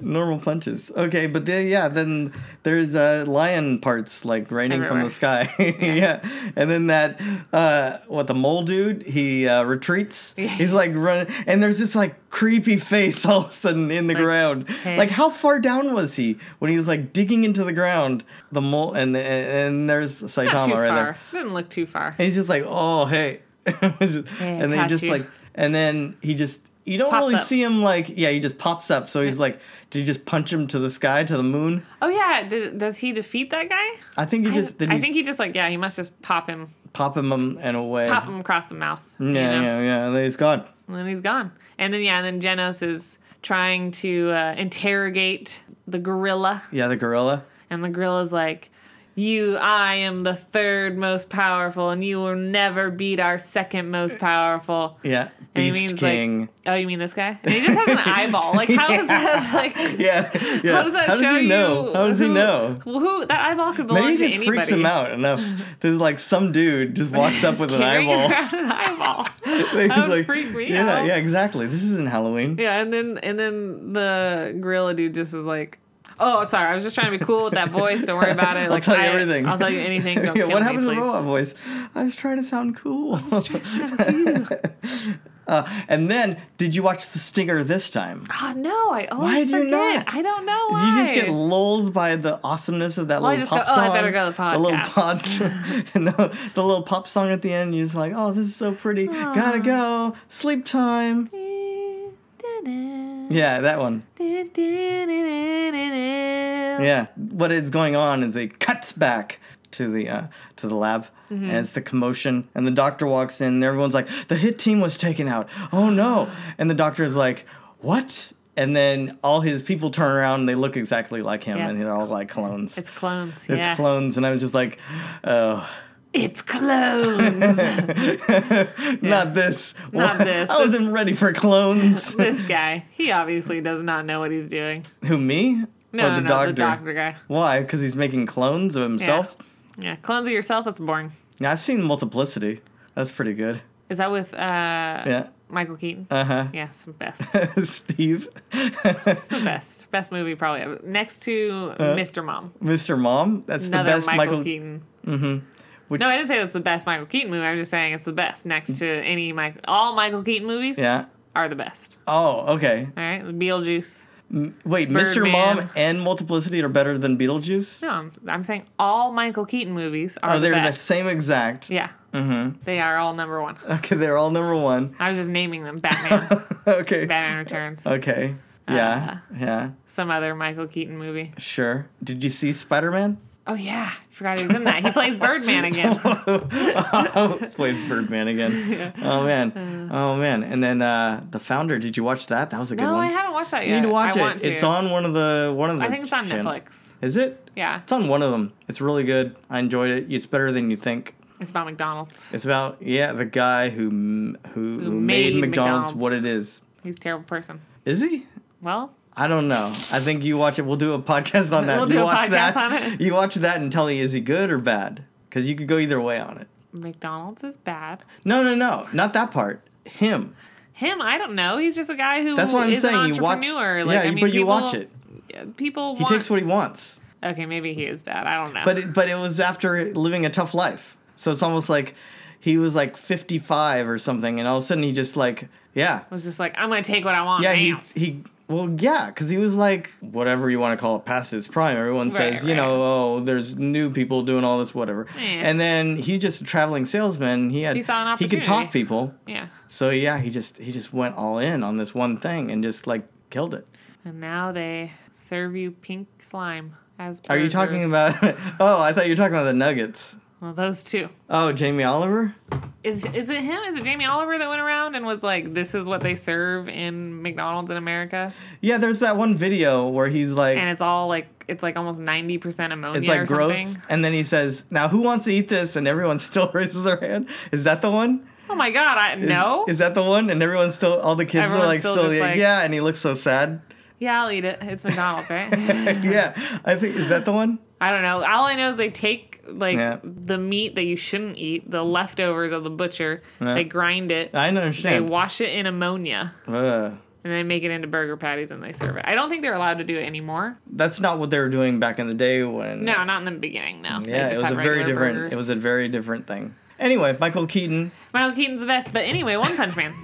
Speaker 2: normal punches. Okay, but then, yeah, then there's uh, lion parts like raining from
Speaker 1: Everywhere.
Speaker 2: the sky. yeah. and then that uh, what the mole dude he uh, retreats.
Speaker 1: Yeah.
Speaker 2: He's like run, and there's this like creepy face all of a sudden in the
Speaker 1: like,
Speaker 2: ground.
Speaker 1: hey.
Speaker 2: Like how far down was he when he was like digging into the ground? The mole and and there's Saitama
Speaker 1: Not too
Speaker 2: right
Speaker 1: far.
Speaker 2: there.
Speaker 1: Didn't look too far.
Speaker 2: And he's just like, oh hey, and then he
Speaker 1: got
Speaker 2: just
Speaker 1: you.
Speaker 2: like, and then he just. You don't
Speaker 1: Pops
Speaker 2: really
Speaker 1: up.
Speaker 2: see him like yeah he just pops up so he's like did you just punch him to the sky to the moon
Speaker 1: Oh yeah, D- does he defeat that guy?
Speaker 2: I think he just
Speaker 1: I,
Speaker 2: did
Speaker 1: I
Speaker 2: he
Speaker 1: think he just like yeah, he must just pop him,
Speaker 2: pop him um, and away
Speaker 1: pop him across the mouth.
Speaker 2: yeah
Speaker 1: you know?
Speaker 2: yeah yeah and then he's gone
Speaker 1: And then he's gone. And then yeah, and then Genos is trying to uh, interrogate the gorilla,
Speaker 2: yeah the gorilla
Speaker 1: and the gorilla's like. You, I am the third most powerful, and you will never beat our second most powerful.
Speaker 2: yeah
Speaker 1: And he
Speaker 2: beast
Speaker 1: means, like-
Speaker 2: king
Speaker 1: Oh, you mean this guy? And he just has an eyeball. Like, how is that? Like,
Speaker 2: yeah yeah
Speaker 1: How does that show
Speaker 2: he
Speaker 1: you?
Speaker 2: know how does he
Speaker 1: who-
Speaker 2: know
Speaker 1: Who that eyeball could belong
Speaker 2: maybe he
Speaker 1: to
Speaker 2: just
Speaker 1: anybody?
Speaker 2: freaks him out enough there's like some dude just walks up
Speaker 1: Just
Speaker 2: with an
Speaker 1: carrying
Speaker 2: eyeball
Speaker 1: around an eyeball.
Speaker 2: He's
Speaker 1: that would freak me
Speaker 2: yeah
Speaker 1: out.
Speaker 2: yeah exactly this isn't Halloween
Speaker 1: Yeah, and then and then the gorilla dude just is like, "Oh, sorry, I was just trying to be cool with that voice. Don't worry about it.
Speaker 2: I'll
Speaker 1: Like,
Speaker 2: tell you
Speaker 1: I-
Speaker 2: everything.
Speaker 1: I'll tell you anything. Don't
Speaker 2: yeah,
Speaker 1: kill
Speaker 2: what
Speaker 1: me,
Speaker 2: happened to the
Speaker 1: please.
Speaker 2: robot voice? I was trying to sound cool.
Speaker 1: Straight up.
Speaker 2: uh, and then, did you watch the stinger this time?
Speaker 1: oh no, I always
Speaker 2: Why do you
Speaker 1: forget.
Speaker 2: not?
Speaker 1: I don't know why.
Speaker 2: Did you just get lulled by the awesomeness of that
Speaker 1: I
Speaker 2: little
Speaker 1: just go,
Speaker 2: pop
Speaker 1: "Oh,
Speaker 2: song?
Speaker 1: I better go to the
Speaker 2: little
Speaker 1: podcast."
Speaker 2: pod, and the, the little pop song at the end. You're just like, oh, this is so pretty. Gotta go. Sleep time. Yeah, that one. Yeah. What is going on is it cuts back to the uh, to the lab,
Speaker 1: Mm-hmm.
Speaker 2: and it's the commotion. And the doctor walks in, and everyone's like, "The hit team was taken out. Oh no!" And the doctor is like, "What?" And then all his people turn around and they look exactly like him, and
Speaker 1: Yes.
Speaker 2: they're all like clones.
Speaker 1: It's clones.
Speaker 2: It's
Speaker 1: yeah.
Speaker 2: clones, and I was just like, "Oh,
Speaker 1: It's clones.
Speaker 2: not this!
Speaker 1: Not this.
Speaker 2: I wasn't ready for clones."
Speaker 1: this guy. He obviously does not know what he's doing.
Speaker 2: Who me?
Speaker 1: No, no, the doctor guy.
Speaker 2: Why? Because he's making clones of himself.
Speaker 1: Yeah, clones of yourself. It's boring.
Speaker 2: Yeah, I've seen Multiplicity. That's pretty good.
Speaker 1: Is that with uh,
Speaker 2: Yeah.
Speaker 1: Michael Keaton?
Speaker 2: Uh huh.
Speaker 1: yes, best,
Speaker 2: Steve,
Speaker 1: the best, best movie probably ever. Next to Mr. Mom,
Speaker 2: Mr. Mom. That's
Speaker 1: another
Speaker 2: Uh, the best
Speaker 1: Michael,
Speaker 2: Michael. Mm-hmm.
Speaker 1: Keaton.
Speaker 2: Which-
Speaker 1: no, I didn't say that's the best Michael Keaton movie. I'm just saying it's the best next to any Michael. All Michael Keaton movies,
Speaker 2: Yeah.
Speaker 1: are the best.
Speaker 2: Oh, okay.
Speaker 1: All right, Beetlejuice.
Speaker 2: Wait, Mr.
Speaker 1: Birdman.
Speaker 2: Mom and Multiplicity are better than Beetlejuice.
Speaker 1: No, I'm, I'm saying all Michael Keaton movies are
Speaker 2: Oh,
Speaker 1: the
Speaker 2: they're
Speaker 1: best.
Speaker 2: the same exact.
Speaker 1: Yeah,
Speaker 2: Mm-hmm.
Speaker 1: they are all number one.
Speaker 2: Okay, they're all number one.
Speaker 1: I was just naming them: Batman,
Speaker 2: okay.
Speaker 1: Batman Returns,
Speaker 2: Okay. Yeah.
Speaker 1: Uh-huh.
Speaker 2: yeah.
Speaker 1: some other Michael Keaton movie.
Speaker 2: Sure. Did you see Spider Man?
Speaker 1: Oh yeah, I forgot he was in that. He plays Birdman again.
Speaker 2: Played Birdman again. Oh man. Oh man. And then uh, the founder. Did you watch that? That was a good
Speaker 1: Uh-huh. No,
Speaker 2: one.
Speaker 1: I haven't watched that yet.
Speaker 2: You need to watch
Speaker 1: I
Speaker 2: it.
Speaker 1: Want to.
Speaker 2: It's on one of the one of the.
Speaker 1: I think it's on
Speaker 2: chan-
Speaker 1: Netflix.
Speaker 2: Is it?
Speaker 1: Yeah,
Speaker 2: It's on one of them. It's really good. I enjoyed it. It's better than you think.
Speaker 1: it's about McDonald's.
Speaker 2: It's about yeah the guy who m- who, who made,
Speaker 1: made
Speaker 2: McDonald's,
Speaker 1: McDonald's.
Speaker 2: what it is.
Speaker 1: He's a terrible person.
Speaker 2: Is he?
Speaker 1: Well,
Speaker 2: I don't know. I think you watch it. We'll do a podcast on that.
Speaker 1: We'll
Speaker 2: you
Speaker 1: do a
Speaker 2: watch
Speaker 1: podcast
Speaker 2: that.
Speaker 1: on it.
Speaker 2: You watch that and tell me is he good or bad? Because you could go either way on it.
Speaker 1: McDonald's is bad.
Speaker 2: No, no, no, not that part. Him.
Speaker 1: Him, I don't know. He's just a guy who
Speaker 2: That's what I'm
Speaker 1: is an
Speaker 2: saying. You watch.
Speaker 1: entrepreneur. like,
Speaker 2: yeah,
Speaker 1: I mean,
Speaker 2: but you
Speaker 1: people,
Speaker 2: watch it.
Speaker 1: yeah, People
Speaker 2: He
Speaker 1: want.
Speaker 2: takes what he wants.
Speaker 1: okay, maybe he is bad. I don't know.
Speaker 2: But it, but it was after living a tough life. So it's almost like he was like 55 or something, and all of a sudden he just like yeah
Speaker 1: I was just like, I'm gonna take what I want.
Speaker 2: yeah he
Speaker 1: now.
Speaker 2: he. Well, yeah, because he was like whatever you want to call it, past his prime. Everyone
Speaker 1: Right,
Speaker 2: says, you know, oh, there's new people doing all this, whatever. And then he's just a traveling salesman. He had
Speaker 1: He saw an
Speaker 2: he could talk
Speaker 1: opportunity.
Speaker 2: people.
Speaker 1: yeah.
Speaker 2: So yeah, he just he just went all in on this one thing and just like killed it.
Speaker 1: And now they serve you pink slime as.
Speaker 2: Are you talking
Speaker 1: burgers.
Speaker 2: about? Oh, I thought you were talking about the Nuggets.
Speaker 1: well, those two?
Speaker 2: Oh, Jamie Oliver.
Speaker 1: Is is it him? Is it Jamie Oliver that went around and was like, "This is what they serve in McDonald's in America,"
Speaker 2: Yeah, there's that one video where he's like,
Speaker 1: and it's all like it's like almost ninety percent ammonia
Speaker 2: it's
Speaker 1: or
Speaker 2: like gross,
Speaker 1: something.
Speaker 2: and then he says, "Now who wants to eat this?" And everyone still raises their hand. Is that the one?
Speaker 1: Oh my god! I
Speaker 2: Is,
Speaker 1: no.
Speaker 2: Is that the one? And everyone's still, all the kids
Speaker 1: Everyone's
Speaker 2: are like,
Speaker 1: still
Speaker 2: still,
Speaker 1: just
Speaker 2: like,
Speaker 1: like-
Speaker 2: yeah. And he looks so sad.
Speaker 1: yeah, I'll eat it. It's McDonald's, right?
Speaker 2: yeah, I think is that the one?
Speaker 1: I don't know. All I know is they take like
Speaker 2: Yeah.
Speaker 1: the meat that you shouldn't eat, the leftovers of the butcher.
Speaker 2: Yeah.
Speaker 1: They grind it.
Speaker 2: I don't
Speaker 1: They
Speaker 2: understand.
Speaker 1: wash it in ammonia.
Speaker 2: Ugh.
Speaker 1: And they make it into burger patties and they serve it. I don't think they're allowed to do it anymore.
Speaker 2: that's not what they were doing back in the day when.
Speaker 1: No, not in the beginning. No, They
Speaker 2: Yeah, it
Speaker 1: just
Speaker 2: was a
Speaker 1: had
Speaker 2: very
Speaker 1: regular
Speaker 2: different.
Speaker 1: burgers.
Speaker 2: It was a very different thing. Anyway, Michael Keaton.
Speaker 1: Michael Keaton's the best, but anyway, One Punch Man.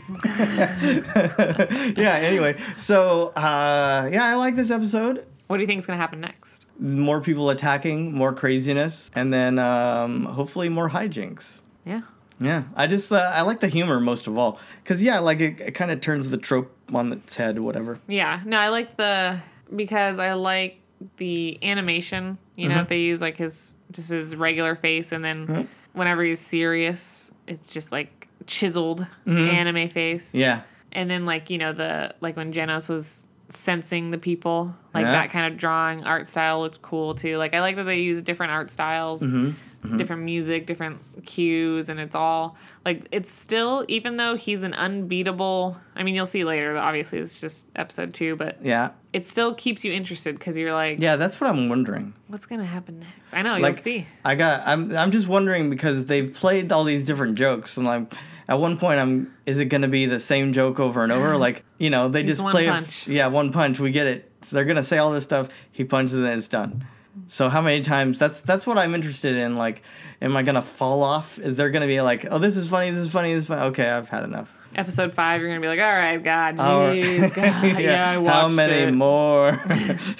Speaker 2: yeah. Anyway, so uh, yeah, I like this episode.
Speaker 1: What do you think is going to happen next?
Speaker 2: more people attacking, more craziness, and then um, hopefully more hijinks.
Speaker 1: Yeah.
Speaker 2: Yeah, I just uh, I like the humor most of all because yeah, like it, it kind of turns the trope on its head, whatever.
Speaker 1: Yeah. No, I like the because I like the animation. You know, they use like his just his regular face, and then whenever he's serious, it's just like chiseled anime face.
Speaker 2: Yeah,
Speaker 1: And then like you know the like when Genos was sensing the people, like
Speaker 2: Yeah.
Speaker 1: that kind of drawing art style looked cool too. Like I like that they use different art styles.
Speaker 2: Mm-hmm.
Speaker 1: Different music, different cues, and it's all like it's still. Even though he's an unbeatable, I mean, you'll see later. Obviously, it's just episode two, but
Speaker 2: yeah,
Speaker 1: it still keeps you interested because you're like,
Speaker 2: yeah. That's what I'm wondering.
Speaker 1: what's gonna happen next? I know
Speaker 2: Like,
Speaker 1: you'll see.
Speaker 2: I got. I'm. I'm just wondering because they've played all these different jokes, and like at one point, I'm. Is it going to be the same joke over and over? Like you know, they just
Speaker 1: one
Speaker 2: play. a-
Speaker 1: punch.
Speaker 2: yeah, one punch. We get it. So they're going to say all this stuff. He punches and it's done. So how many times? That's that's what I'm interested in. Like, am I going to fall off? Is there going to be like, oh, this is funny. This is funny. This is funny. Okay, I've had enough.
Speaker 1: Episode five, you're gonna be like, all right, God,
Speaker 2: Or-
Speaker 1: jeez, God, yeah, I watched
Speaker 2: How
Speaker 1: it.
Speaker 2: many more?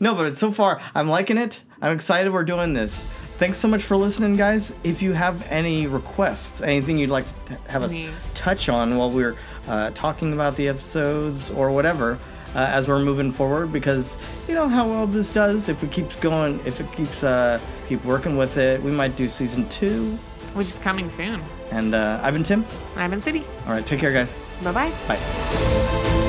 Speaker 2: no, but it's so far. I'm liking it. I'm excited we're doing this. Thanks so much for listening, guys. If you have any requests, anything you'd like to t- have us
Speaker 1: Any-
Speaker 2: touch on while we're uh, talking about the episodes or whatever, uh, as we're moving forward because you know how well this does. If it keeps going, if it keeps uh, keep working with it, we might do season two.
Speaker 1: which is coming soon.
Speaker 2: And uh, I've been Tim.
Speaker 1: I'm in City.
Speaker 2: All right, take care, guys.
Speaker 1: Bye bye.
Speaker 2: Bye.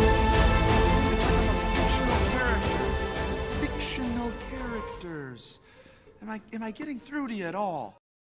Speaker 3: Fictional characters. Fictional characters. Am I am I getting through to you at all?